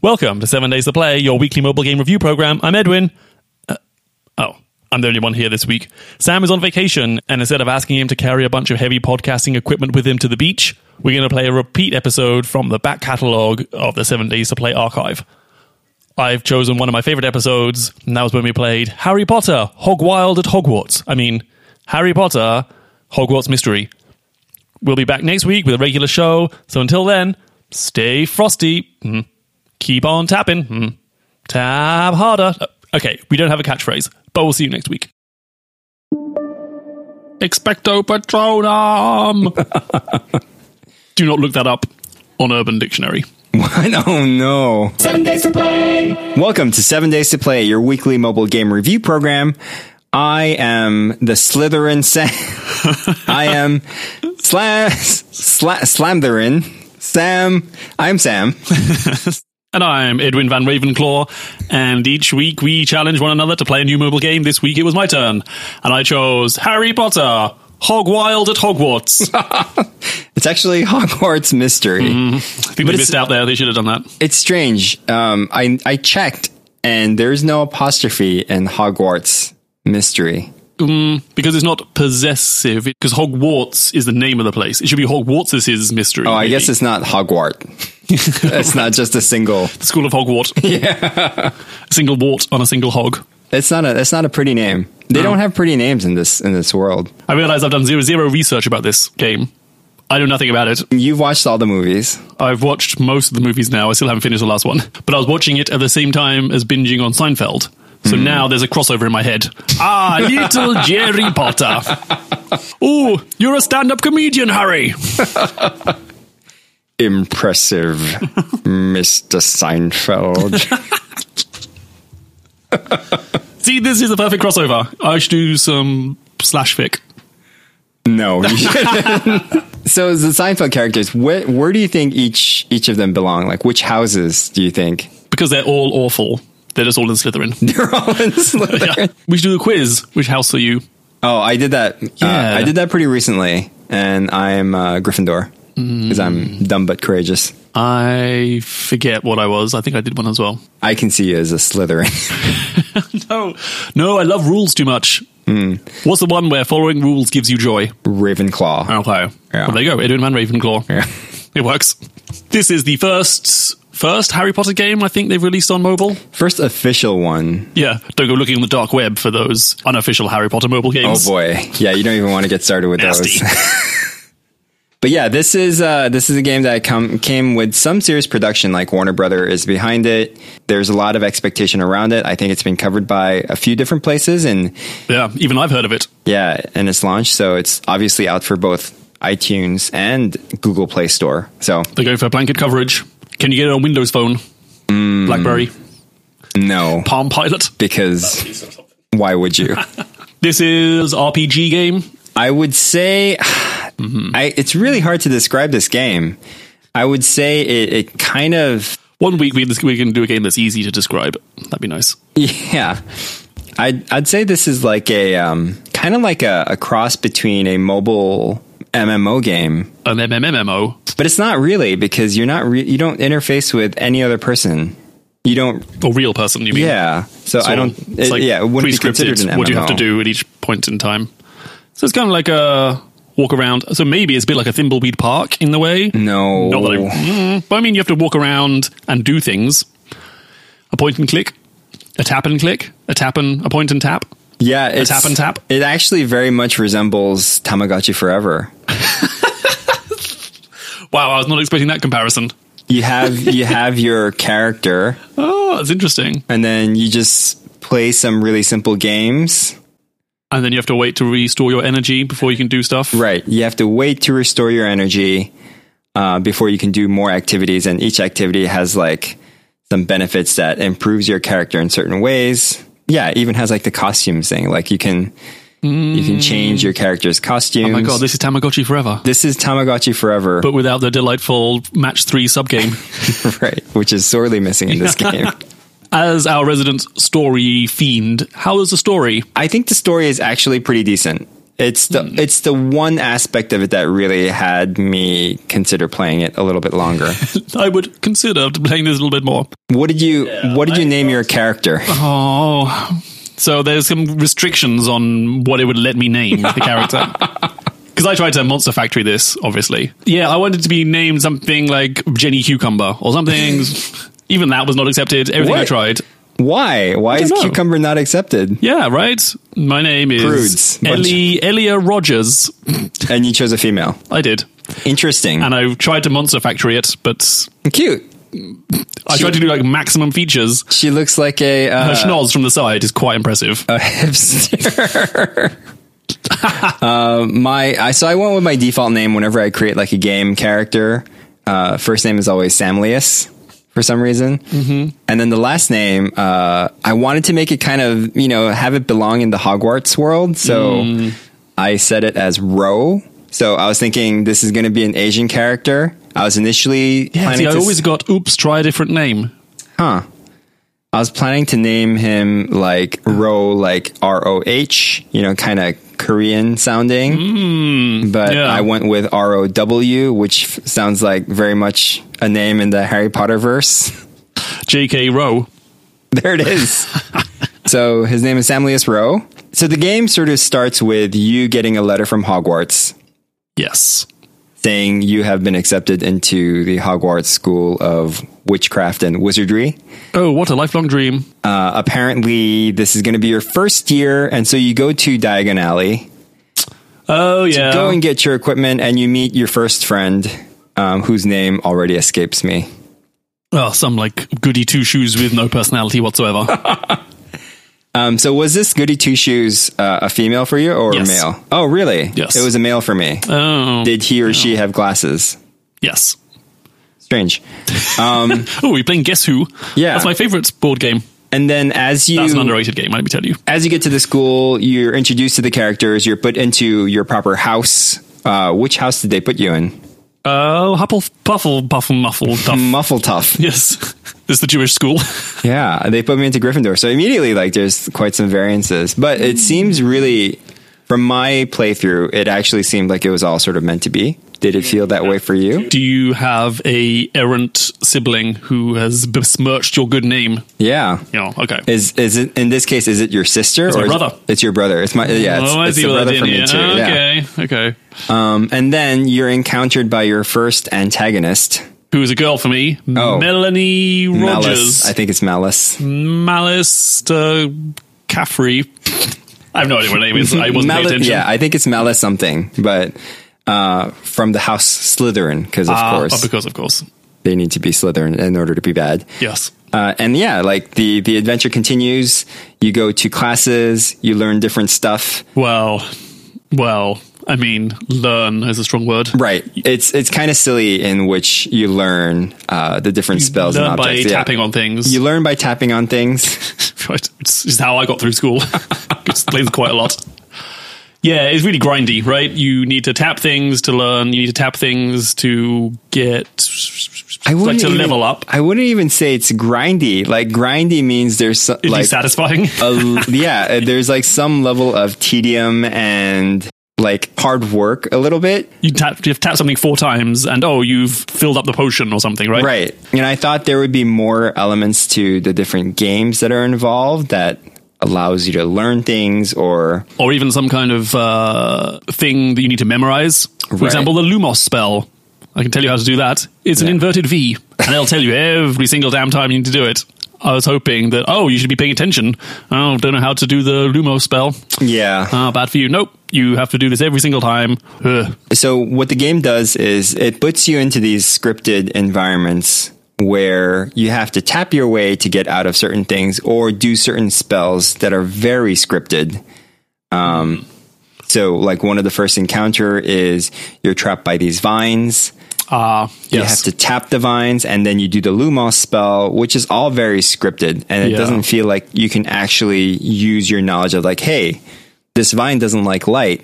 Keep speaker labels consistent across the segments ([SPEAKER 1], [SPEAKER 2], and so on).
[SPEAKER 1] Welcome to Seven Days to Play, your weekly mobile game review program. I'm Edwin. Uh, oh, I'm the only one here this week. Sam is on vacation, and instead of asking him to carry a bunch of heavy podcasting equipment with him to the beach, we're going to play a repeat episode from the back catalogue of the Seven Days to Play archive. I've chosen one of my favorite episodes, and that was when we played Harry Potter Hogwild at Hogwarts. I mean, Harry Potter Hogwarts Mystery. We'll be back next week with a regular show, so until then, stay frosty. Mm. Keep on tapping. Mm. Tap harder. Uh, Okay, we don't have a catchphrase, but we'll see you next week. Expecto Patronum! Do not look that up on Urban Dictionary.
[SPEAKER 2] oh no.
[SPEAKER 3] Seven days to play.
[SPEAKER 2] Welcome to Seven Days to Play, your weekly mobile game review program. I am the Slytherin. Sam. I am Slam Sla- Slamtherin. Sam. I'm Sam.
[SPEAKER 1] And I'm Edwin Van Ravenclaw, and each week we challenge one another to play a new mobile game. This week it was my turn, and I chose Harry Potter Hogwild at Hogwarts. I
[SPEAKER 2] It's actually Hogwarts Mystery.
[SPEAKER 3] Mm-hmm.
[SPEAKER 1] think they
[SPEAKER 2] it's-
[SPEAKER 1] missed out there, they should have done that.
[SPEAKER 2] It's strange. Um, I I checked, and there's no apostrophe in Hogwarts Mystery.
[SPEAKER 1] Because it's not possessive, because Hogwarts is the name of the place. It should be Hogwarts' is mystery.
[SPEAKER 2] Oh, I guess it's not Hogwart. it's not just a single.
[SPEAKER 1] the School of Hogwart. Yeah. a single wart on a single hog.
[SPEAKER 2] It's not a. It's not a pretty name. They
[SPEAKER 1] No.
[SPEAKER 2] don't have pretty names in this in this world.
[SPEAKER 1] I realize I've done zero zero research about this game. I know nothing about it.
[SPEAKER 2] You've watched all the movies.
[SPEAKER 1] I've watched most of the movies now. I still haven't finished the last one, but I was watching it at the same time as binging on Seinfeld. So
[SPEAKER 2] Hmm.
[SPEAKER 1] now there's a crossover in my head. Ah, little Jerry Potter. Ooh, you're a stand-up comedian, Harry.
[SPEAKER 2] Impressive, Mr. Seinfeld.
[SPEAKER 1] See, this is the perfect crossover. I should do some slash fic.
[SPEAKER 2] no. you shouldn't. so the Seinfeld characters. Where where do you think each each of them belong? Like which houses do you think
[SPEAKER 1] because they're all awful. They're just all in Slytherin.
[SPEAKER 2] they're all in? Slytherin?
[SPEAKER 1] yeah. We should do a quiz. Which house are you?
[SPEAKER 2] Oh, I did that.
[SPEAKER 1] Yeah.
[SPEAKER 2] Uh, I did that pretty recently, and I'm uh, Gryffindor because
[SPEAKER 1] Mm.
[SPEAKER 2] I'm dumb but courageous.
[SPEAKER 1] I forget what I was. I think I did one as well.
[SPEAKER 2] I can see you as a Slytherin.
[SPEAKER 1] No, no, I love rules too much.
[SPEAKER 2] Hmm.
[SPEAKER 1] What's the one where following rules gives you joy?
[SPEAKER 2] Ravenclaw.
[SPEAKER 1] Okay.
[SPEAKER 2] Yeah.
[SPEAKER 1] Well, there you go. Edwin Van Ravenclaw.
[SPEAKER 2] Yeah.
[SPEAKER 1] It works. This is the first first Harry Potter game I think they've released on mobile.
[SPEAKER 2] First official one.
[SPEAKER 1] Yeah. Don't go looking on the dark web for those unofficial Harry Potter mobile
[SPEAKER 2] Oh
[SPEAKER 1] games.
[SPEAKER 2] boy, yeah, you don't even want to get started with
[SPEAKER 1] Nasty.
[SPEAKER 2] those. But yeah, this is uh, this is a game that come, came with some serious production. Like Warner Brother is behind it. There's a lot of expectation around it. I think it's been covered by a few different places, and
[SPEAKER 1] yeah. Even I've heard of it.
[SPEAKER 2] yeah, and it's launched, so it's obviously out for both iTunes and Google Play Store. So
[SPEAKER 1] They go for blanket coverage. Can you get it on Windows Phone?
[SPEAKER 2] Hmm.
[SPEAKER 1] BlackBerry,
[SPEAKER 2] no,
[SPEAKER 1] Palm Pilot.
[SPEAKER 2] because why would you?
[SPEAKER 1] This is RPG game.
[SPEAKER 2] I would say I, it's really hard to describe this game. I would say it, it kind of
[SPEAKER 1] One week we, we can do a game that's easy to describe. That'd be nice.
[SPEAKER 2] Yeah. I'd, I'd say this is like a um, kind of like a, a cross between a mobile MMO game,
[SPEAKER 1] An MMMO.
[SPEAKER 2] but it's not really because you're not re- you don't interface with any other person. You don't,
[SPEAKER 1] Or real person, you mean?
[SPEAKER 2] yeah. So,
[SPEAKER 1] So
[SPEAKER 2] I don't,
[SPEAKER 1] it's
[SPEAKER 2] it,
[SPEAKER 1] like
[SPEAKER 2] yeah. It wouldn't be
[SPEAKER 1] pre-scripted
[SPEAKER 2] considered an MMO.
[SPEAKER 1] What you have to do at each point in time. So it's kind of like a walk around. So maybe it's a bit like a Thimbleweed Park in the way.
[SPEAKER 2] No,
[SPEAKER 1] Not that I, Mm, but I mean, you have to walk around and do things. A point and click, a tap and click, a tap and a point and tap.
[SPEAKER 2] yeah. It's,
[SPEAKER 1] tap and tap?
[SPEAKER 2] It actually very much resembles Tamagotchi Forever.
[SPEAKER 1] Wow, I was not expecting that comparison.
[SPEAKER 2] You have you have your character,
[SPEAKER 1] Oh, that's interesting.
[SPEAKER 2] and then you just play some really simple games.
[SPEAKER 1] And then you have to wait to restore your energy before you can do stuff.
[SPEAKER 2] Right. You have to wait to restore your energy uh, before you can do more activities, and each activity has like some benefits that improves your character in certain ways. Yeah, it even has like the costumes thing. Like you can you can change your character's costumes.
[SPEAKER 1] Mm. Oh my god, this is Tamagotchi forever.
[SPEAKER 2] this is Tamagotchi Forever,
[SPEAKER 1] but without the delightful match three subgame.
[SPEAKER 2] right? Which is sorely missing in this game.
[SPEAKER 1] As our resident story fiend, how is the story?
[SPEAKER 2] I think the story is actually pretty decent. It's the
[SPEAKER 1] Hmm.
[SPEAKER 2] it's the one aspect of it that really had me consider playing it a little bit longer.
[SPEAKER 1] I would consider playing this a little bit more.
[SPEAKER 2] what did you What did you name your character?
[SPEAKER 1] Oh, so there's some restrictions on what it would let me name the character. Because I tried to Monster Factory this, obviously. Yeah, I wanted to be named something like Jenny Cucumber or something. Even that was not accepted. Everything I
[SPEAKER 2] What?
[SPEAKER 1] tried.
[SPEAKER 2] Why? Why is
[SPEAKER 1] know.
[SPEAKER 2] cucumber not accepted?
[SPEAKER 1] Yeah, right? My name is
[SPEAKER 2] Prudes.
[SPEAKER 1] Ellie, Elia Rogers.
[SPEAKER 2] And you chose a female.
[SPEAKER 1] I did.
[SPEAKER 2] Interesting.
[SPEAKER 1] And I tried to Monster Factory it, but
[SPEAKER 2] Cute.
[SPEAKER 1] I tried to do like maximum features.
[SPEAKER 2] She looks like a
[SPEAKER 1] Her
[SPEAKER 2] uh,
[SPEAKER 1] schnoz from the side is quite impressive.
[SPEAKER 2] a hipster. uh, my I so I went with my default name whenever I create like a game character. Uh, first name is always Samlius for some reason, mm-hmm. and then the last name uh, I wanted to make it kind of you know have it belong in the Hogwarts world, so
[SPEAKER 1] Mm.
[SPEAKER 2] I set it as Ro. So I was thinking this is going to be an Asian character. I was initially
[SPEAKER 1] yeah,
[SPEAKER 2] planning
[SPEAKER 1] see, I
[SPEAKER 2] to s-
[SPEAKER 1] always got, oops, try a different name.
[SPEAKER 2] Huh. I was planning to name him like Ro, like R O H, you know, kind of Korean sounding. but
[SPEAKER 1] yeah.
[SPEAKER 2] I went with R O W, which f- sounds like very much a name in the Harry Potter verse.
[SPEAKER 1] J.K. Rowe.
[SPEAKER 2] there it is. so his name is Samlius Rowe. So the game sort of starts with you getting a letter from Hogwarts
[SPEAKER 1] Yes.
[SPEAKER 2] saying you have been accepted into the Hogwarts School of Witchcraft and Wizardry.
[SPEAKER 1] Oh, what a lifelong dream.
[SPEAKER 2] Uh, apparently, this is going to be your first year, and so you go to Diagon Alley,
[SPEAKER 1] Oh, yeah.
[SPEAKER 2] go and get your equipment, and you meet your first friend, um, whose name already escapes me.
[SPEAKER 1] oh, some like goody two shoes with no personality whatsoever.
[SPEAKER 2] Um, so, was this Goody Two Shoes uh, a female for you or
[SPEAKER 1] Yes.
[SPEAKER 2] a male? Oh, really?
[SPEAKER 1] Yes.
[SPEAKER 2] it was a male for me.
[SPEAKER 1] oh,
[SPEAKER 2] Did he or she have glasses?
[SPEAKER 1] yes.
[SPEAKER 2] Strange.
[SPEAKER 1] Oh, we're playing Guess Who.
[SPEAKER 2] Yeah.
[SPEAKER 1] That's my favorite board game.
[SPEAKER 2] And then, as you
[SPEAKER 1] That's an underrated game, let me tell you.
[SPEAKER 2] as you get to the school, you're introduced to the characters. You're put into your proper house. Uh, which house did they put you in?
[SPEAKER 1] Oh, Huffle, Puffle, Puffle, Muffle, Duff.
[SPEAKER 2] Muffletuff.
[SPEAKER 1] yes. This is the Jewish school.
[SPEAKER 2] Yeah, they put me into Gryffindor. So immediately, like, there's quite some variances. But
[SPEAKER 1] Mm.
[SPEAKER 2] it seems really, from my playthrough, it actually seemed like it was all sort of meant to be. Did it feel that way for you?
[SPEAKER 1] Do you have a errant sibling who has besmirched your good name?
[SPEAKER 2] Yeah.
[SPEAKER 1] Yeah, okay.
[SPEAKER 2] Is is it in this case? Is it your sister
[SPEAKER 1] my
[SPEAKER 2] or is it-
[SPEAKER 1] brother.
[SPEAKER 2] it's your brother? It's my yeah. It's,
[SPEAKER 1] oh, I
[SPEAKER 2] it's
[SPEAKER 1] see
[SPEAKER 2] the
[SPEAKER 1] what I
[SPEAKER 2] brother
[SPEAKER 1] did
[SPEAKER 2] for me
[SPEAKER 1] here.
[SPEAKER 2] too. Yeah.
[SPEAKER 1] Okay, okay.
[SPEAKER 2] Um, and then you're encountered by your first antagonist,
[SPEAKER 1] Who is a girl for me?
[SPEAKER 2] Oh.
[SPEAKER 1] Melanie Rogers.
[SPEAKER 2] Malice. I think it's Malice.
[SPEAKER 1] Malice uh, Caffrey. I have no idea what her name is. I wasn't paying
[SPEAKER 2] Malice-
[SPEAKER 1] attention.
[SPEAKER 2] yeah, I think it's Malice something, but uh, from the house Slytherin because of
[SPEAKER 1] Ah,
[SPEAKER 2] course
[SPEAKER 1] oh, because of course.
[SPEAKER 2] they need to be Slytherin in order to be bad.
[SPEAKER 1] Yes.
[SPEAKER 2] Uh, and yeah, like the the adventure continues. You go to classes, you learn different stuff.
[SPEAKER 1] Well, well. I mean, learn is a strong word.
[SPEAKER 2] Right. It's it's kind of silly in which you learn uh, the different spells
[SPEAKER 1] Learn
[SPEAKER 2] and
[SPEAKER 1] by
[SPEAKER 2] objects. Yeah.
[SPEAKER 1] tapping on things.
[SPEAKER 2] You learn by tapping on things.
[SPEAKER 1] Right. It's, it's how I got through school. Explains quite a lot. Yeah, it's really grindy, right? You need to tap things to learn. You need to tap things to get like to
[SPEAKER 2] even,
[SPEAKER 1] level up.
[SPEAKER 2] I wouldn't even say it's grindy. Like grindy means there's so-
[SPEAKER 1] Is
[SPEAKER 2] like uh,
[SPEAKER 1] satisfying?
[SPEAKER 2] a, yeah, there's like some level of tedium and like hard work a little bit.
[SPEAKER 1] you tap you've tapped something four times and oh you've filled up the potion or something right
[SPEAKER 2] Right. And I thought there would be more elements to the different games that are involved that allows you to learn things or
[SPEAKER 1] or even some kind of uh, thing that you need to memorize for
[SPEAKER 2] Right.
[SPEAKER 1] example the lumos spell i can tell you how to do that it's an
[SPEAKER 2] Yeah.
[SPEAKER 1] inverted v and it'll tell you every single damn time you need to do it i was hoping that oh you should be paying attention oh don't know how to do the lumos spell
[SPEAKER 2] yeah.
[SPEAKER 1] ah bad for you nope you have to do this every single time Ugh.
[SPEAKER 2] So what the game does is it puts you into these scripted environments where you have to tap your way to get out of certain things or do certain spells that are very scripted. Um so like one of the first encounter is you're trapped by these vines.
[SPEAKER 1] ah
[SPEAKER 2] You have
[SPEAKER 1] yes
[SPEAKER 2] to tap the vines and then you do the Lumos spell, which is all very scripted. And it
[SPEAKER 1] Yeah.
[SPEAKER 2] doesn't feel like you can actually use your knowledge of, like, hey, this vine doesn't like light.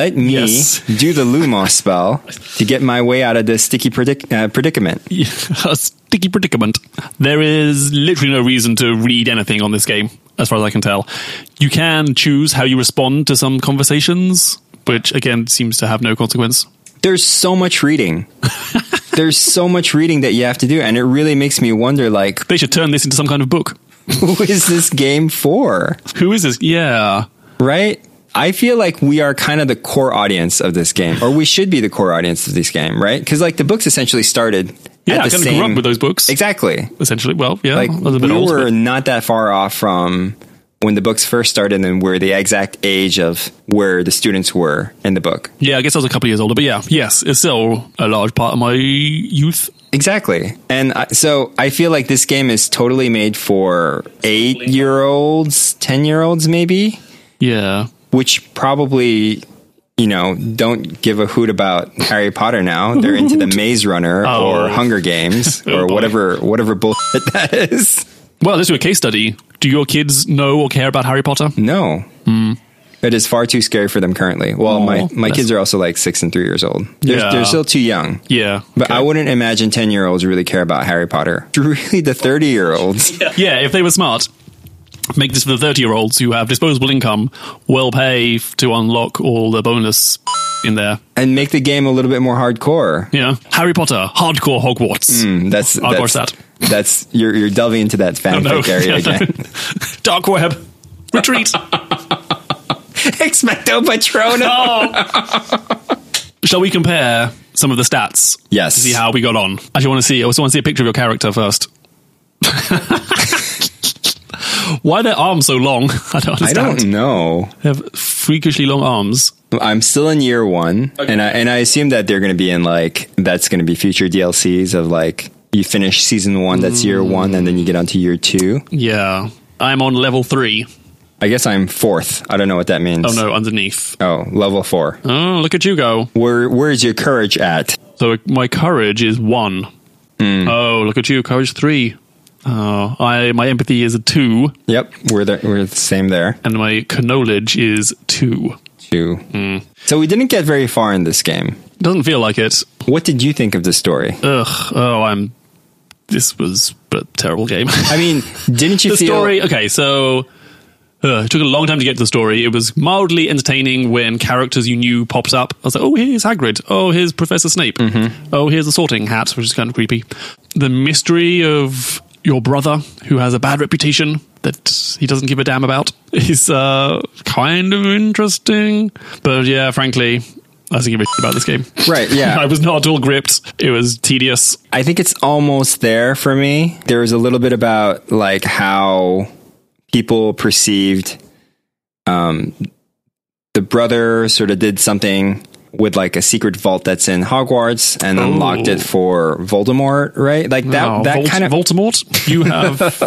[SPEAKER 2] Let me
[SPEAKER 1] Yes.
[SPEAKER 2] do the Lumos spell to get my way out of this sticky predic- uh, predicament.
[SPEAKER 1] a sticky predicament. There is literally no reason to read anything on this game, as far as I can tell. You can choose how you respond to some conversations. which again seems to have no consequence.
[SPEAKER 2] There's so much reading. There's so much reading that you have to do, and it really makes me wonder, like,
[SPEAKER 1] They should turn this into some kind of book.
[SPEAKER 2] who is this game for?
[SPEAKER 1] Who is this? Yeah.
[SPEAKER 2] Right? I feel like we are kind of the core audience of this game, or we should be the core audience of this game, right? Because like the books essentially started.
[SPEAKER 1] Yeah,
[SPEAKER 2] at
[SPEAKER 1] I
[SPEAKER 2] the
[SPEAKER 1] kind of
[SPEAKER 2] same,
[SPEAKER 1] grew up with those books.
[SPEAKER 2] Exactly.
[SPEAKER 1] Essentially, well, yeah,
[SPEAKER 2] Like
[SPEAKER 1] a little bit
[SPEAKER 2] we
[SPEAKER 1] old.
[SPEAKER 2] were
[SPEAKER 1] but-
[SPEAKER 2] not that far off from when the books first started, and we're the exact age of where the students were in the book.
[SPEAKER 1] Yeah, I guess I was a couple of years older, but yeah, yes, it's still a large part of my youth.
[SPEAKER 2] Exactly. And I, so I feel like this game is totally made for eight year olds, 10 year olds, maybe,
[SPEAKER 1] Yeah,
[SPEAKER 2] which probably, you know, don't give a hoot about Harry Potter now. They're into the Maze Runner
[SPEAKER 1] Oh.
[SPEAKER 2] or Hunger Games
[SPEAKER 1] Oh,
[SPEAKER 2] or
[SPEAKER 1] boy.
[SPEAKER 2] whatever, whatever bullshit that is.
[SPEAKER 1] Well, let's do a case study. Do your kids know or care about Harry Potter?
[SPEAKER 2] No. It is far too scary for them currently. Well,
[SPEAKER 1] Mm. Aw,
[SPEAKER 2] my, my
[SPEAKER 1] that's-
[SPEAKER 2] kids are also like six and three years old. They're,
[SPEAKER 1] Yeah.
[SPEAKER 2] they're still too young.
[SPEAKER 1] Yeah.
[SPEAKER 2] But I wouldn't imagine 10 year olds really care about Harry Potter. Really, the 30 year olds.
[SPEAKER 1] Yeah, if they were smart, make this for the 30 year olds who have disposable income, will pay f- to unlock all the bonus in there.
[SPEAKER 2] and make the game a little bit more hardcore.
[SPEAKER 1] You know, Harry Potter, hardcore Hogwarts.
[SPEAKER 2] Mm, That's
[SPEAKER 1] I'll
[SPEAKER 2] that's,
[SPEAKER 1] watch that. Oh,
[SPEAKER 2] That's you're you're delving into that
[SPEAKER 1] No.
[SPEAKER 2] fanfic area
[SPEAKER 1] Yeah,
[SPEAKER 2] again.
[SPEAKER 1] no. Dark web. Retreat.
[SPEAKER 2] Expecto Patronum.
[SPEAKER 1] oh. Shall we compare some of the stats?
[SPEAKER 2] Yes.
[SPEAKER 1] To see how we got on. Actually, I want to see. I also want to see a picture of your character first. Why are their arms so long? I don't
[SPEAKER 2] I
[SPEAKER 1] understand.
[SPEAKER 2] don't know.
[SPEAKER 1] They have freakishly long arms.
[SPEAKER 2] I'm still in year one, and I and I assume that they're going to be in like that's going to be future DLCs of like you finish season one, that's
[SPEAKER 1] Mm.
[SPEAKER 2] year one, and then you get onto year two.
[SPEAKER 1] Yeah. I'm on level three.
[SPEAKER 2] I guess I'm fourth. I don't know what that means.
[SPEAKER 1] Oh no, underneath.
[SPEAKER 2] Oh, level four.
[SPEAKER 1] Oh, look at you go.
[SPEAKER 2] Where where's your courage at?
[SPEAKER 1] So my courage is one. Oh, look at you, courage three. Oh, I my empathy is a two,
[SPEAKER 2] Yep, we're the, we're the same there.
[SPEAKER 1] and my knowledge is two.
[SPEAKER 2] Two.
[SPEAKER 1] Mm.
[SPEAKER 2] So we didn't get very far in this game.
[SPEAKER 1] Doesn't feel like it.
[SPEAKER 2] What did you think of the story?
[SPEAKER 1] Ugh. Oh, I'm. This was a terrible game.
[SPEAKER 2] I mean, didn't you
[SPEAKER 1] the
[SPEAKER 2] feel
[SPEAKER 1] story. Okay, so uh, it took a long time to get to the story. It was mildly entertaining when characters you knew popped up. I was like, oh, here's Hagrid. Oh, here's Professor Snape.
[SPEAKER 2] Mm-hmm.
[SPEAKER 1] Oh, here's the Sorting Hat, which is kind of creepy. The mystery of your brother who has a bad reputation that he doesn't give a damn about is uh, kind of interesting. But yeah, frankly. I don't give a shit about this game.
[SPEAKER 2] Right, yeah.
[SPEAKER 1] I was not at all gripped. It was tedious.
[SPEAKER 2] I think it's almost there for me. There was a little bit about like how people perceived um the brother sort of did something with like a secret vault that's in Hogwarts and unlocked it for Voldemort, right? Like that
[SPEAKER 1] Oh,
[SPEAKER 2] that
[SPEAKER 1] Volt-
[SPEAKER 2] kind of
[SPEAKER 1] Voldemort. You have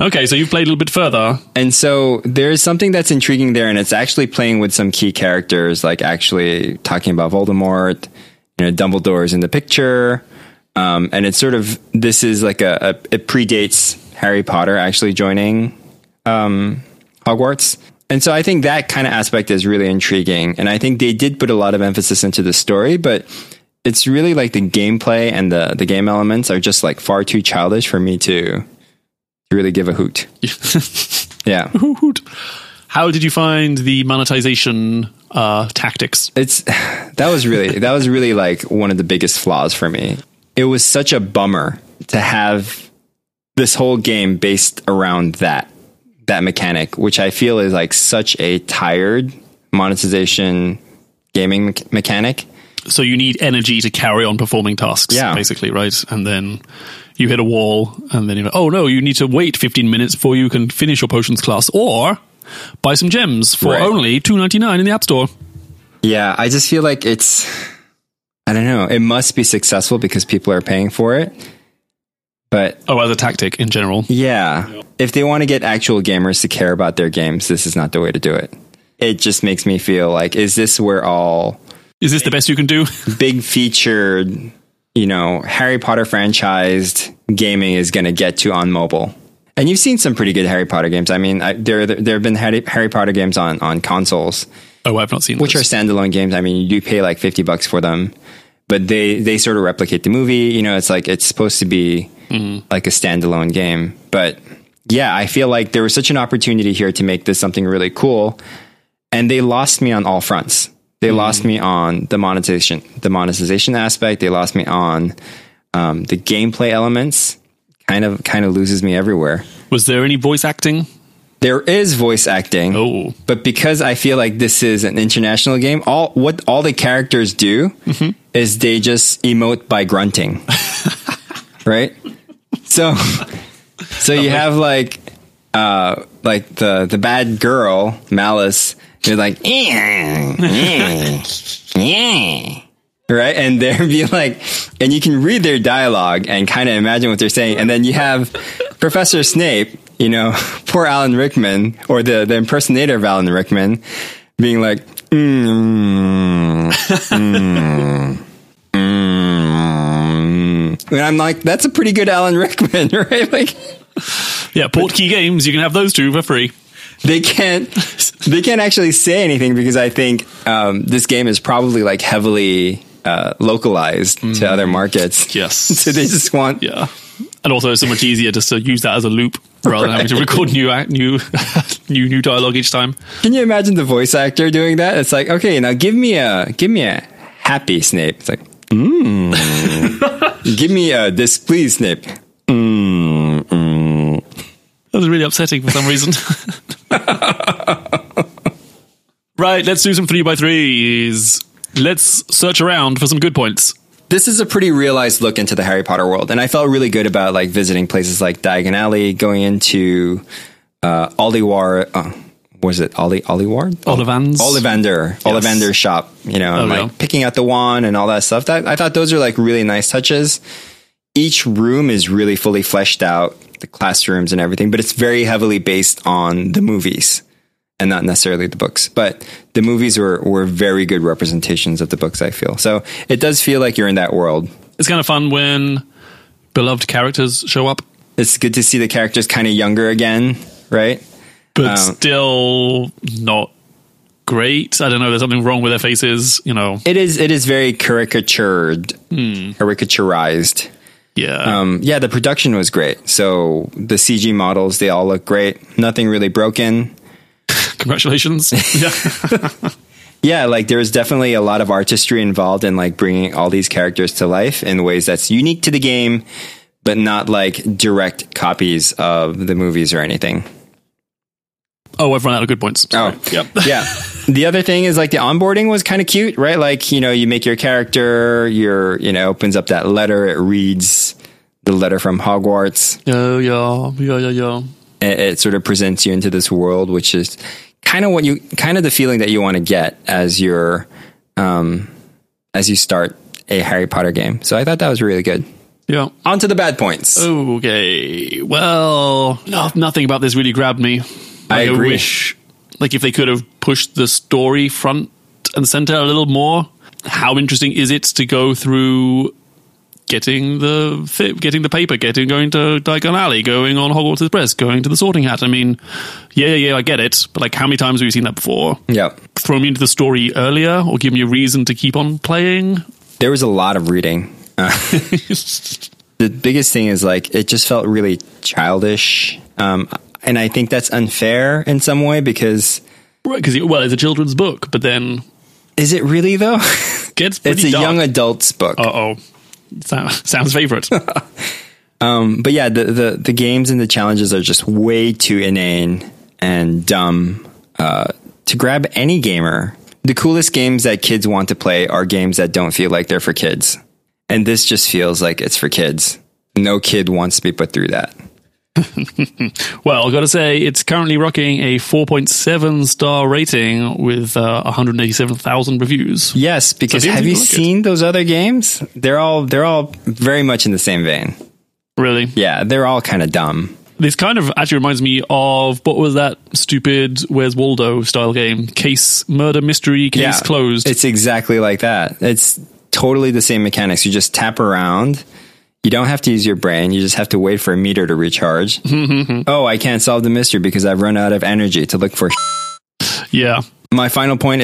[SPEAKER 1] okay, so you've played a little bit further.
[SPEAKER 2] And so there's something that's intriguing there, and it's actually playing with some key characters, like actually talking about Voldemort. You know, Dumbledore's in the picture, um, and it's sort of this is like a, a it predates Harry Potter actually joining um, Hogwarts. And so I think that kind of aspect is really intriguing, and I think they did put a lot of emphasis into the story, but it's really like the gameplay and the the game elements are just like far too childish for me to to really give a hoot. Yeah.
[SPEAKER 1] How did you find the monetization uh, tactics?
[SPEAKER 2] it's that was really that was really like one of the biggest flaws for me. It was such a bummer to have this whole game based around that that mechanic, which I feel is like such a tired monetization gaming mech- mechanic.
[SPEAKER 1] So you need energy to carry on performing tasks,
[SPEAKER 2] Yeah.
[SPEAKER 1] basically, right? And then you hit a wall, and then you're like, oh no, you need to wait 15 minutes before you can finish your potions class, or buy some gems for
[SPEAKER 2] Right.
[SPEAKER 1] only 2.99 in the app store.
[SPEAKER 2] Yeah, I just feel like it's I don't know. It must be successful because people are paying for it. But
[SPEAKER 1] Oh, as a tactic in general.
[SPEAKER 2] Yeah. If they want to get actual gamers to care about their games, this is not the way to do it. It just makes me feel like, is this where all
[SPEAKER 1] Is this the best you can do?
[SPEAKER 2] big featured, you know, Harry Potter franchised gaming is going to get to on mobile? And you've seen some pretty good Harry Potter games. I mean, I, there there have been Harry, Harry Potter games on, on consoles,
[SPEAKER 1] oh, I've not seen
[SPEAKER 2] which are
[SPEAKER 1] this.
[SPEAKER 2] standalone games. I mean, you do pay like fifty bucks for them, but they they sort of replicate the movie. You know, it's like it's supposed to be like a standalone game. But yeah, I feel like there was such an opportunity here to make this something really cool, and they lost me on all fronts. They lost me on the monetization, the monetization aspect. They lost me on um, the gameplay elements. Kind of, kind of loses me everywhere.
[SPEAKER 1] Was there any voice acting?
[SPEAKER 2] There is voice acting,
[SPEAKER 1] Oh.
[SPEAKER 2] but because I feel like this is an international game, all what all the characters do is they just emote by grunting, right? So, so you have like, uh, like the the bad girl Malice. You're like, right? And they're be like, and you can read their dialogue and kind of imagine what they're saying. And then you have Professor Snape, you know, poor Alan Rickman or the, the impersonator of Alan Rickman being like, mm, mm, mm. and I'm like, that's a pretty good Alan Rickman, right? Like,
[SPEAKER 1] Yeah, Portkey Games, you can have those two for free.
[SPEAKER 2] they can't they can't actually say anything because I think um, this game is probably like heavily uh, localized to other markets.
[SPEAKER 1] Yes.
[SPEAKER 2] so they just want
[SPEAKER 1] Yeah. And also, it's so much easier just to use that as a loop rather than having to
[SPEAKER 2] Right.
[SPEAKER 1] record new act, new, new, new dialogue each time.
[SPEAKER 2] Can you imagine the voice actor doing that? It's like, okay, now give me a give me a happy Snape. It's like, mm. give me a displeased Snape.
[SPEAKER 1] That was really upsetting for some reason. right, let's do some three by threes. Let's search around for some good points.
[SPEAKER 2] This is a pretty realized look into the Harry Potter world, and I felt really good about like visiting places like Diagon Alley, going into uh, Oliwar. Uh, was it Oli Oliwar?
[SPEAKER 1] Ollivand's.
[SPEAKER 2] Ollivander, Ollivander's shop, you know, and
[SPEAKER 1] Oh,
[SPEAKER 2] like
[SPEAKER 1] yeah.
[SPEAKER 2] picking out the wand and all that stuff. That I thought those are like really nice touches. Each room is really fully fleshed out, the classrooms and everything, but it's very heavily based on the movies and not necessarily the books. But the movies were were very good representations of the books, I feel. So it does feel like you're in that world.
[SPEAKER 1] It's kind of fun when beloved characters show up,
[SPEAKER 2] It's good to see the characters kind of younger again, right?
[SPEAKER 1] but still not great. I don't know. There's something wrong with their faces. You know.
[SPEAKER 2] It is it is very caricatured,
[SPEAKER 1] Hmm.
[SPEAKER 2] caricaturized.
[SPEAKER 1] Yeah.
[SPEAKER 2] um, yeah, the production was great. So the CG models, they all look great. Nothing really broken.
[SPEAKER 1] Congratulations. yeah.
[SPEAKER 2] Yeah, like there's definitely a lot of artistry involved in like bringing all these characters to life in ways that's unique to the game, but not like direct copies of the movies or anything.
[SPEAKER 1] Oh, I've run out of good points. Sorry.
[SPEAKER 2] Oh, yeah. The other thing is like the onboarding was kind of cute, right? Like, you know, you make your character, your, you know, opens up that letter, it reads the letter from Hogwarts.
[SPEAKER 1] Yeah, yeah, yeah, yeah, yeah.
[SPEAKER 2] it, it sort of presents you into this world, which is kind of what you kind of the feeling that you want to get as your um, as you start a Harry Potter game. So I thought that was really good.
[SPEAKER 1] Yeah.
[SPEAKER 2] On to the bad points.
[SPEAKER 1] Uh. Okay. Well, no, nothing about this really grabbed me.
[SPEAKER 2] I agree.
[SPEAKER 1] wish, like, if they could have pushed the story front and center a little more. How interesting is it to go through getting the fi- getting the paper, getting going to Diagon Alley, going on Hogwarts Express, going to the Sorting Hat? I mean, yeah, yeah, yeah, I get it. But like, how many times have we seen that before?
[SPEAKER 2] Yep.
[SPEAKER 1] Throw me into the story earlier, or give me a reason to keep on playing.
[SPEAKER 2] There was a lot of reading. Uh, the biggest thing is like it just felt really childish, um, and I think that's unfair in some way because
[SPEAKER 1] Right, because well, it's a children's book, but then
[SPEAKER 2] is it really though?
[SPEAKER 1] gets pretty
[SPEAKER 2] it's a
[SPEAKER 1] dark.
[SPEAKER 2] young adult's book.
[SPEAKER 1] Uh oh, sounds favorite.
[SPEAKER 2] but yeah, the, the the games and the challenges are just way too inane and dumb uh, to grab any gamer. The coolest games that kids want to play are games that don't feel like they're for kids, and this just feels like it's for kids. No kid wants to be put through that.
[SPEAKER 1] well, I've got to say, it's currently rocking a 4.7 star rating with uh, 187,000 reviews.
[SPEAKER 2] Yes, because
[SPEAKER 1] these
[SPEAKER 2] have
[SPEAKER 1] people
[SPEAKER 2] you
[SPEAKER 1] look good.
[SPEAKER 2] seen those other games? They're all they're all very much in the same vein.
[SPEAKER 1] Really?
[SPEAKER 2] Yeah, they're all kind of dumb.
[SPEAKER 1] This kind of actually reminds me of what was that stupid Where's Waldo style game? Case murder mystery, case
[SPEAKER 2] yeah,
[SPEAKER 1] closed.
[SPEAKER 2] It's exactly like that. It's totally the same mechanics. You just tap around. You don't have to use your brain. You just have to wait for a meter to recharge. oh, I can't solve the mystery because I've run out of energy to look for.
[SPEAKER 1] yeah. the
[SPEAKER 2] for a
[SPEAKER 1] world?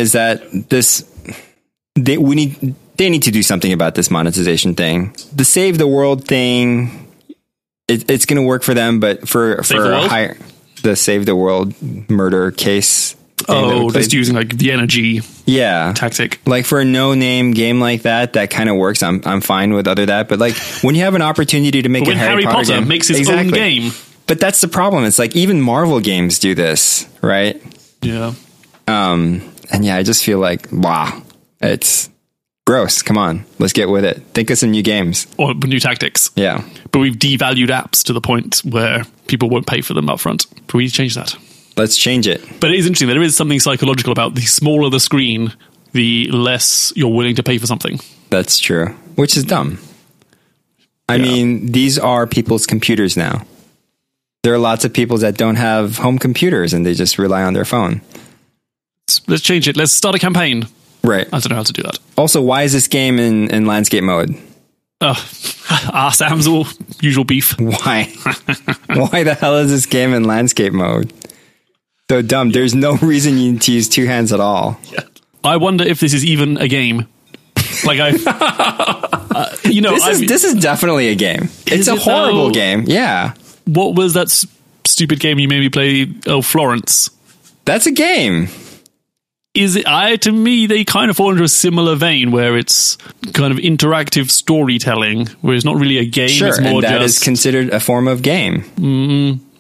[SPEAKER 2] higher the save the world murder case thing that we
[SPEAKER 1] Oh,
[SPEAKER 2] played.
[SPEAKER 1] just using like the energy
[SPEAKER 2] yeah.
[SPEAKER 1] tactic.
[SPEAKER 2] like for a no name game like that, that kind of works. I'm I'm fine with other that, but like when you have an opportunity to make
[SPEAKER 1] When
[SPEAKER 2] a Harry,
[SPEAKER 1] Harry Potter
[SPEAKER 2] game-
[SPEAKER 1] makes his own
[SPEAKER 2] Exactly.
[SPEAKER 1] game.
[SPEAKER 2] but that's the problem. It's like even Marvel games do this, right?
[SPEAKER 1] Yeah.
[SPEAKER 2] Um, and yeah, I just feel like wow, it's gross. Come on, let's get with it. Think of some new games.
[SPEAKER 1] Or new tactics.
[SPEAKER 2] Yeah,
[SPEAKER 1] But we've devalued apps to the point where people won't pay for them up front. But we need to change that.
[SPEAKER 2] let's change it.
[SPEAKER 1] But it is interesting. There is something psychological about the smaller the screen, the less you're willing to pay for something.
[SPEAKER 2] That's true, which is dumb. I mean, these are people's computers now. There are lots of people that don't have home computers and they just rely on their phone.
[SPEAKER 1] S- Let's change it. Let's start a campaign.
[SPEAKER 2] Right.
[SPEAKER 1] I don't know how to do that.
[SPEAKER 2] Also, why is this game in, in landscape mode?
[SPEAKER 1] Oh, ah, Sam's all usual beef.
[SPEAKER 2] Why? why the hell is this game in landscape mode? So dumb. There's no reason you need to use two hands at all.
[SPEAKER 1] I wonder if this is even a game. Like I, uh, you know,
[SPEAKER 2] This
[SPEAKER 1] I,
[SPEAKER 2] is this is definitely a game. It's
[SPEAKER 1] Is
[SPEAKER 2] a
[SPEAKER 1] it
[SPEAKER 2] horrible
[SPEAKER 1] though?
[SPEAKER 2] game. Yeah,
[SPEAKER 1] what was that s- stupid game you made me play? Oh, Florence.
[SPEAKER 2] that's a game.
[SPEAKER 1] Is it? I to me they kind of fall into a similar vein where it's kind of interactive storytelling, where it's not really a game.
[SPEAKER 2] Sure,
[SPEAKER 1] it's more
[SPEAKER 2] and that is
[SPEAKER 1] just
[SPEAKER 2] considered a form of game.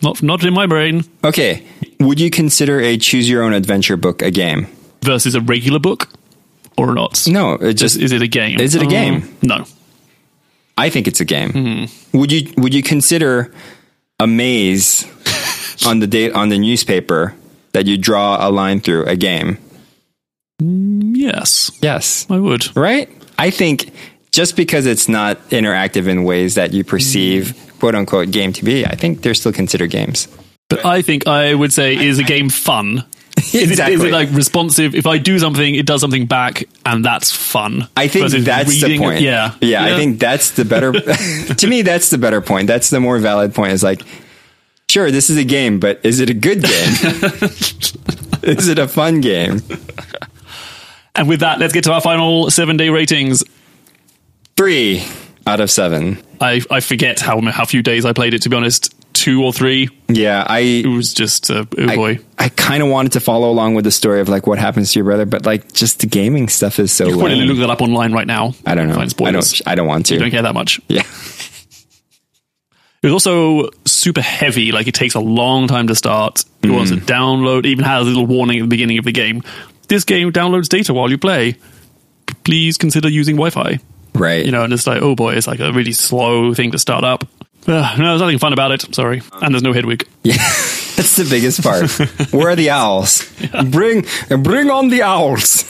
[SPEAKER 1] not not in my brain
[SPEAKER 2] Okay, would you consider a choose your own adventure book a game?
[SPEAKER 1] versus a regular book or not.
[SPEAKER 2] No, it
[SPEAKER 1] Just
[SPEAKER 2] just
[SPEAKER 1] is it a game?
[SPEAKER 2] Is it a
[SPEAKER 1] Um,
[SPEAKER 2] game?
[SPEAKER 1] No.
[SPEAKER 2] I think it's a game.
[SPEAKER 1] Mm-hmm.
[SPEAKER 2] Would you would you consider a maze on the date on the newspaper that you draw a line through a game?
[SPEAKER 1] Yes,
[SPEAKER 2] Yes.
[SPEAKER 1] I would.
[SPEAKER 2] Right? I think just because it's not interactive in ways that you perceive
[SPEAKER 1] Mm.
[SPEAKER 2] quote unquote game to be, I think they're still considered games.
[SPEAKER 1] But I think I would say is a game fun. Is it- Is it like responsive? If I do something, it does something back, and that's fun.
[SPEAKER 2] I think
[SPEAKER 1] Versus
[SPEAKER 2] that's the
[SPEAKER 1] reading-
[SPEAKER 2] point.
[SPEAKER 1] Yeah,
[SPEAKER 2] yeah. I think that's the better. to me, that's the better point. That's the more valid point. Is like, sure, this is a game, but is it a good game? is it a fun game?
[SPEAKER 1] And with that, let's get to our final seven-day ratings.
[SPEAKER 2] Three out of seven.
[SPEAKER 1] I I forget how how few days I played it. To be honest, two or three.
[SPEAKER 2] Yeah, I.
[SPEAKER 1] It was just uh, oh boy.
[SPEAKER 2] I kind of wanted to follow along with the story of like what happens to your brother, but like just the gaming stuff is so.
[SPEAKER 1] Probably
[SPEAKER 2] lame.
[SPEAKER 1] look that up online right now.
[SPEAKER 2] I don't know.
[SPEAKER 1] Find
[SPEAKER 2] I
[SPEAKER 1] spoilers.
[SPEAKER 2] don't. I don't want to.
[SPEAKER 1] don't care that much.
[SPEAKER 2] yeah.
[SPEAKER 1] It was also super heavy. Like it takes a long time to start. It wants to
[SPEAKER 2] Mm.
[SPEAKER 1] download. It even has a little warning at the beginning of the game. This game downloads data while you play. Please consider using Wi-Fi.
[SPEAKER 2] Right.
[SPEAKER 1] You know, and it's like, oh boy, it's like a really slow thing to start up. Ugh, no, there's nothing fun about it. Sorry, and there's no Hedwig.
[SPEAKER 2] Yeah, that's the biggest part. Where are the owls? Bring bring on the owls.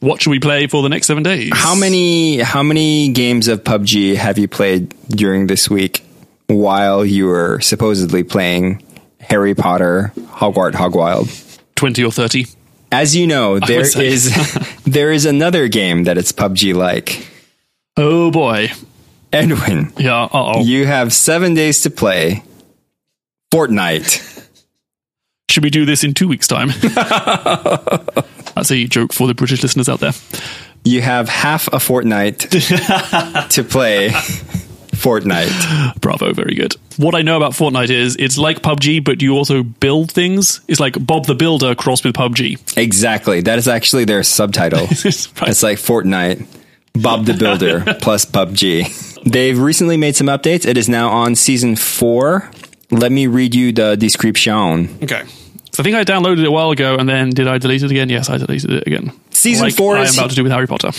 [SPEAKER 1] What should we play for the next seven days?
[SPEAKER 2] How many how many games of PUBG have you played during this week while you were supposedly playing Harry Potter Hogwarts Hogwild?
[SPEAKER 1] Twenty or thirty?
[SPEAKER 2] As you know, there
[SPEAKER 1] say.
[SPEAKER 2] is there is another game that it's PUBG like.
[SPEAKER 1] Oh boy.
[SPEAKER 2] Edwin,
[SPEAKER 1] Yeah. Uh oh.
[SPEAKER 2] you have 7 days to play Fortnite.
[SPEAKER 1] Should we do this in two weeks' time? That's a joke for the British listeners out there.
[SPEAKER 2] You have half a fortnight to play Fortnite.
[SPEAKER 1] Bravo, very good. What I know about Fortnite is it's like PUBG, but you also build things. It's like Bob the Builder crossed with PUBG.
[SPEAKER 2] Exactly. That is actually their subtitle. It's like Fortnite, Bob the Builder plus PUBG. They've recently made some updates. It is now on season four. Let me read you the description.
[SPEAKER 1] okay. So I think I downloaded it a while ago, and then did I delete it again? Yes, I deleted it again.
[SPEAKER 2] Season
[SPEAKER 1] Like
[SPEAKER 2] four
[SPEAKER 1] I
[SPEAKER 2] is-
[SPEAKER 1] am about to do with Harry Potter.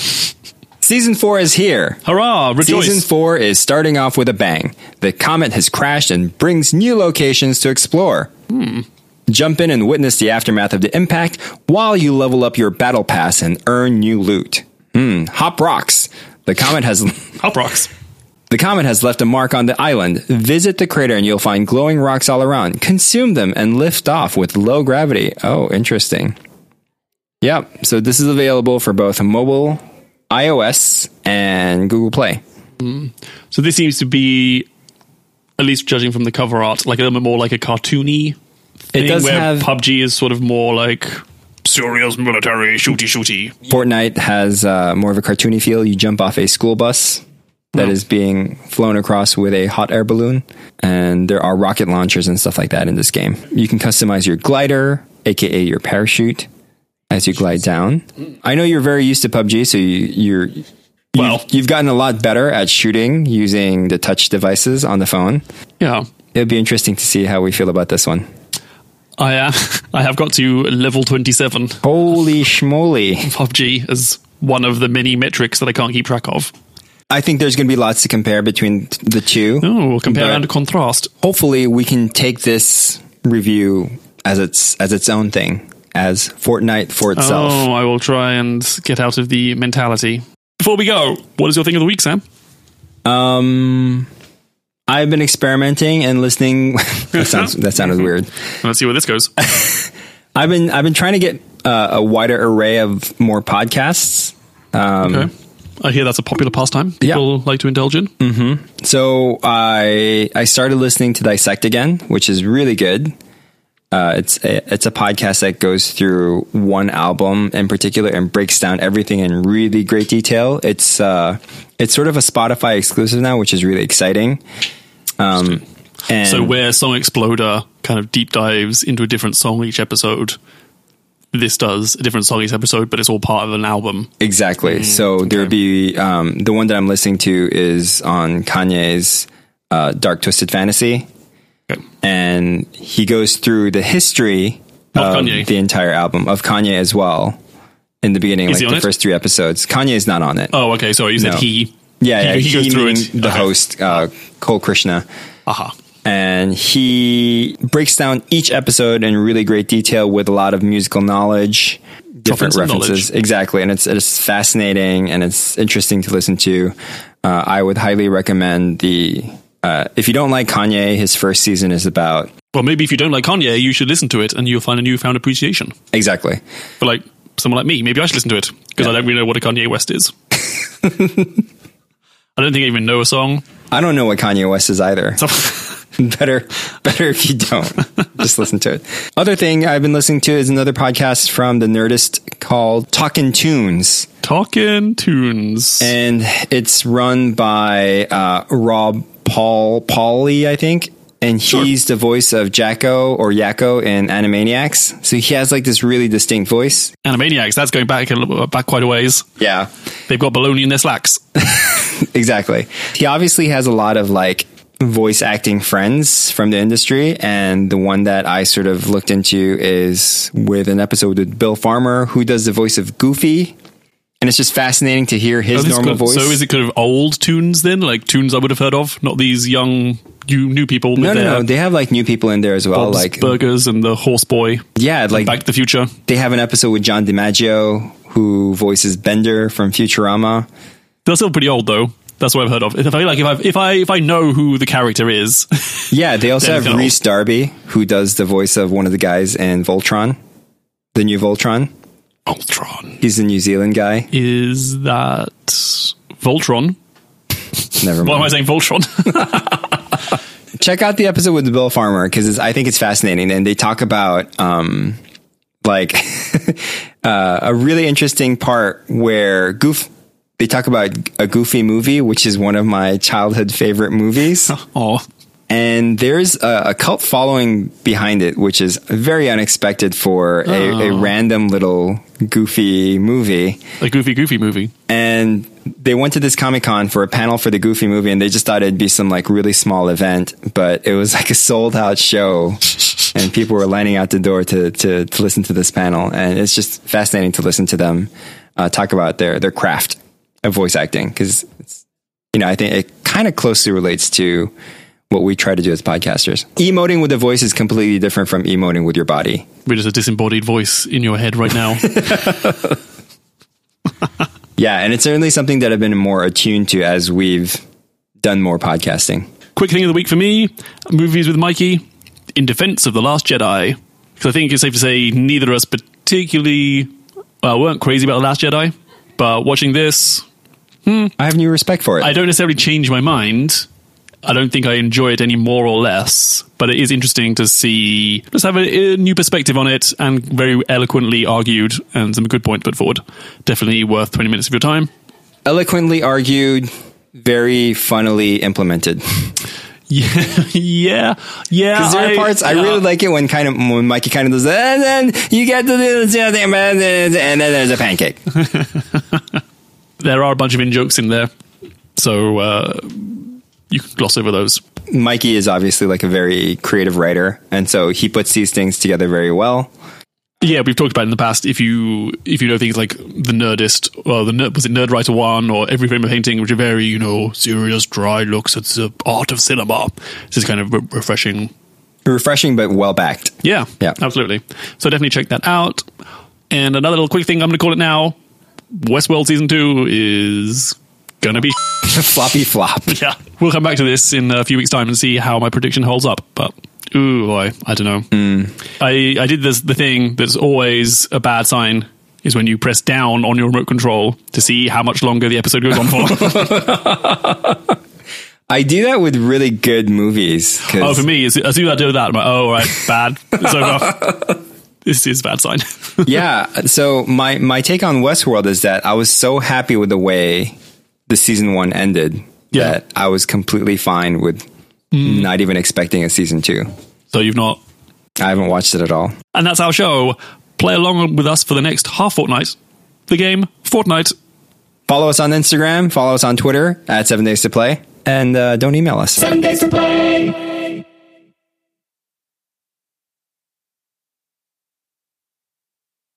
[SPEAKER 2] Season four is here.
[SPEAKER 1] Hurrah! Rejoice!
[SPEAKER 2] Season four is starting off with a bang. The comet has crashed and brings new locations to explore. Jump in and witness the aftermath of the impact while you level up your battle pass and earn new loot. Hmm. Hop rocks. The comet has
[SPEAKER 1] Up rocks.
[SPEAKER 2] The comet has left a mark on the island. Visit the crater and you'll find glowing rocks all around. Consume them and lift off with low gravity. Oh, interesting. Yep. So this is available for both mobile, iOS, and Google Play.
[SPEAKER 1] So this seems to be, at least judging from the cover art, like a little bit more like a cartoony thing
[SPEAKER 2] does
[SPEAKER 1] where
[SPEAKER 2] have-
[SPEAKER 1] PUBG is sort of more like serious military shooty shooty.
[SPEAKER 2] Fortnite has uh, more of a cartoony feel. You jump off a school bus that is being flown across with a hot air balloon, and there are rocket launchers and stuff like that in this game. You can customize your glider, aka your parachute, as you glide down. I know you're very used to PUBG, so you, you're you've,
[SPEAKER 1] Well.
[SPEAKER 2] you've gotten a lot better at shooting using the touch devices on the phone.
[SPEAKER 1] Yeah.
[SPEAKER 2] It'd be interesting to see how we feel about this one.
[SPEAKER 1] I uh, I have got to level 27
[SPEAKER 2] Holy schmoly!
[SPEAKER 1] PUBG as one of the many metrics that I can't keep track of.
[SPEAKER 2] I think there's going to be lots to compare between t- the two.
[SPEAKER 1] Oh, compare
[SPEAKER 2] But-
[SPEAKER 1] and contrast.
[SPEAKER 2] hopefully we can take this review as its as its own thing as Fortnite for itself.
[SPEAKER 1] Oh, I will try and get out of the mentality. Before we go, what is your thing of the week, Sam?
[SPEAKER 2] Um I've been experimenting and listening that sounds that sounded weird.
[SPEAKER 1] Let's see where this goes.
[SPEAKER 2] I've been I've been trying to get uh, a wider array of more podcasts.
[SPEAKER 1] okay. I hear that's a popular pastime
[SPEAKER 2] Yeah.
[SPEAKER 1] people like to indulge in.
[SPEAKER 2] So I I started listening to Dissect again, which is really good. Uh, it's a, it's a podcast that goes through one album in particular and breaks down everything in really great detail. It's uh, it's sort of a Spotify exclusive now, which is really exciting. Um, and
[SPEAKER 1] So where Song Exploder kind of deep dives into a different song each episode, this does a different song each episode, but it's all part of an album. Mm,
[SPEAKER 2] Exactly. so there would be um, the one that I'm listening to is on Kanye's uh, Dark Twisted Fantasy,
[SPEAKER 1] Okay.
[SPEAKER 2] and he goes through the history
[SPEAKER 1] Of
[SPEAKER 2] of,
[SPEAKER 1] Kanye.
[SPEAKER 2] the entire album of Kanye as well. In the beginning,
[SPEAKER 1] Is he
[SPEAKER 2] like
[SPEAKER 1] on
[SPEAKER 2] the
[SPEAKER 1] it?
[SPEAKER 2] first three episodes, Kanye is not on it.
[SPEAKER 1] Oh, okay. Sorry, you said
[SPEAKER 2] No.
[SPEAKER 1] he.
[SPEAKER 2] yeah, yeah,
[SPEAKER 1] he, he goes through
[SPEAKER 2] meaning
[SPEAKER 1] it.
[SPEAKER 2] The
[SPEAKER 1] Okay.
[SPEAKER 2] host, uh, Cole Krishna
[SPEAKER 1] Aha.
[SPEAKER 2] and he breaks down each episode in really great detail with a lot of musical knowledge different
[SPEAKER 1] Dropping some
[SPEAKER 2] references exactly and it's it's fascinating and it's interesting to listen to uh, i would highly recommend the uh, if you don't like kanye his first season is about
[SPEAKER 1] Well, maybe if you don't like Kanye, you should listen to it, and you'll find a newfound appreciation
[SPEAKER 2] exactly
[SPEAKER 1] for like someone like me. Maybe I should listen to it because I don't really know what a Kanye West is. I don't think I even know a song.
[SPEAKER 2] i don't know what kanye west is either
[SPEAKER 1] So-
[SPEAKER 2] better better if you don't just listen to it other thing i've been listening to is another podcast from the nerdist called talkin' tunes
[SPEAKER 1] Talking tunes.
[SPEAKER 2] and it's run by uh, Rob Paul Pauly, I think, and he's the voice of Jacko or Yakko in Animaniacs. So he has like this really distinct voice.
[SPEAKER 1] Animaniacs. That's going back a little, back quite a ways.
[SPEAKER 2] Yeah,
[SPEAKER 1] They've got baloney in their slacks.
[SPEAKER 2] exactly. He obviously has a lot of like voice acting friends from the industry, and the one that I sort of looked into is with an episode with Bill Farmer, who does the voice of Goofy. And it's just fascinating to hear his
[SPEAKER 1] Oh, this
[SPEAKER 2] normal
[SPEAKER 1] could-
[SPEAKER 2] voice.
[SPEAKER 1] So is it kind of old tunes then, like tunes I would have heard of, not these young you new people with
[SPEAKER 2] no, no,
[SPEAKER 1] their
[SPEAKER 2] no. They have like new people in there as well.
[SPEAKER 1] Bob's
[SPEAKER 2] like,
[SPEAKER 1] burgers and the horse boy,
[SPEAKER 2] yeah, like
[SPEAKER 1] Back to the Future.
[SPEAKER 2] they have an episode with John DiMaggio who voices Bender from Futurama.
[SPEAKER 1] They're still pretty old though. That's what I've heard of. If I like, if I if I if I know who the character is,
[SPEAKER 2] Yeah, they also
[SPEAKER 1] They're
[SPEAKER 2] have
[SPEAKER 1] old.
[SPEAKER 2] Reese Darby who does the voice of one of the guys in Voltron, the new Voltron.
[SPEAKER 1] Voltron
[SPEAKER 2] He's the New Zealand guy.
[SPEAKER 1] is that Voltron?
[SPEAKER 2] Never
[SPEAKER 1] Why am I
[SPEAKER 2] mind.
[SPEAKER 1] saying Voltron?
[SPEAKER 2] Check out the episode with Bill Farmer because I think it's fascinating, and they talk about um, like uh, a really interesting part where Goof. They talk about a Goofy movie, which is one of my childhood favorite movies.
[SPEAKER 1] oh,
[SPEAKER 2] and there's a, a cult following behind it, which is very unexpected for a, a random little goofy movie.
[SPEAKER 1] a goofy goofy movie.
[SPEAKER 2] And they went to this Comic Con for a panel for the Goofy movie, and they just thought it'd be some like really small event, but it was like a sold out show, and people were lining out the door to, to to listen to this panel, and it's just fascinating to listen to them uh, talk about their their craft of voice acting because it's you know I think it kind of closely relates to what we try to do as podcasters. Emoting with the voice is completely different from emoting with your body.
[SPEAKER 1] We're just a disembodied voice in your head right now.
[SPEAKER 2] Yeah, and it's certainly something that I've been more attuned to as we've done more podcasting.
[SPEAKER 1] Quick thing of the week for me movies with Mikey in defense of The Last Jedi. Because I think it's safe to say neither of us particularly well, weren't crazy about The Last Jedi, but watching this,
[SPEAKER 2] I have new respect for it.
[SPEAKER 1] I don't necessarily change my mind. I don't think I enjoy it any more or less, but it is interesting to see, just have a, a new perspective on it and very eloquently argued and some good points put forward. Definitely worth 20 minutes of your time.
[SPEAKER 2] Eloquently argued, very funnily implemented.
[SPEAKER 1] Yeah, yeah, yeah.
[SPEAKER 2] Because there are parts I
[SPEAKER 1] yeah.
[SPEAKER 2] really like it when kind of when Mikey kind of does, and then you get to this, and then there's a pancake.
[SPEAKER 1] There are a bunch of in jokes in there, so uh, you can gloss over those.
[SPEAKER 2] Mikey is obviously like a very creative writer, and so he puts these things together very well.
[SPEAKER 1] Yeah, we've talked about it in the past. If you if you know things like the Nerdist or the Nerd, was it Nerd Writer One or Every Frame of Painting, which are very you know serious, dry looks at the art of cinema. This is kind of re- refreshing.
[SPEAKER 2] Refreshing but well backed.
[SPEAKER 1] Yeah,
[SPEAKER 2] Yeah.
[SPEAKER 1] absolutely. So definitely check that out. And another little quick thing, I'm going to call it now. Westworld season two is gonna be.
[SPEAKER 2] Floppy flop.
[SPEAKER 1] yeah, we'll come back to this in a few weeks' time and see how my prediction holds up. But ooh, boy, I don't know. I I did this the thing that's always a bad sign is when you press down on your remote control to see how much longer the episode goes on for.
[SPEAKER 2] I do that with really good movies. 'cause-
[SPEAKER 1] oh, for me, as as soon as I do that, I'm like, oh, all right, bad. It's over. this is a bad sign.
[SPEAKER 2] yeah. So my my take on Westworld is that I was so happy with the way the season one ended
[SPEAKER 1] Yeah.
[SPEAKER 2] that I was completely fine with not even expecting a season two.
[SPEAKER 1] so you've not
[SPEAKER 2] I haven't watched it at all.
[SPEAKER 1] And that's our show. Play along with us for the next half fortnight. The game, Fortnite.
[SPEAKER 2] Follow us on Instagram. Follow us on Twitter at Seven Days to Play, and uh, don't email us.
[SPEAKER 3] Seven days to play.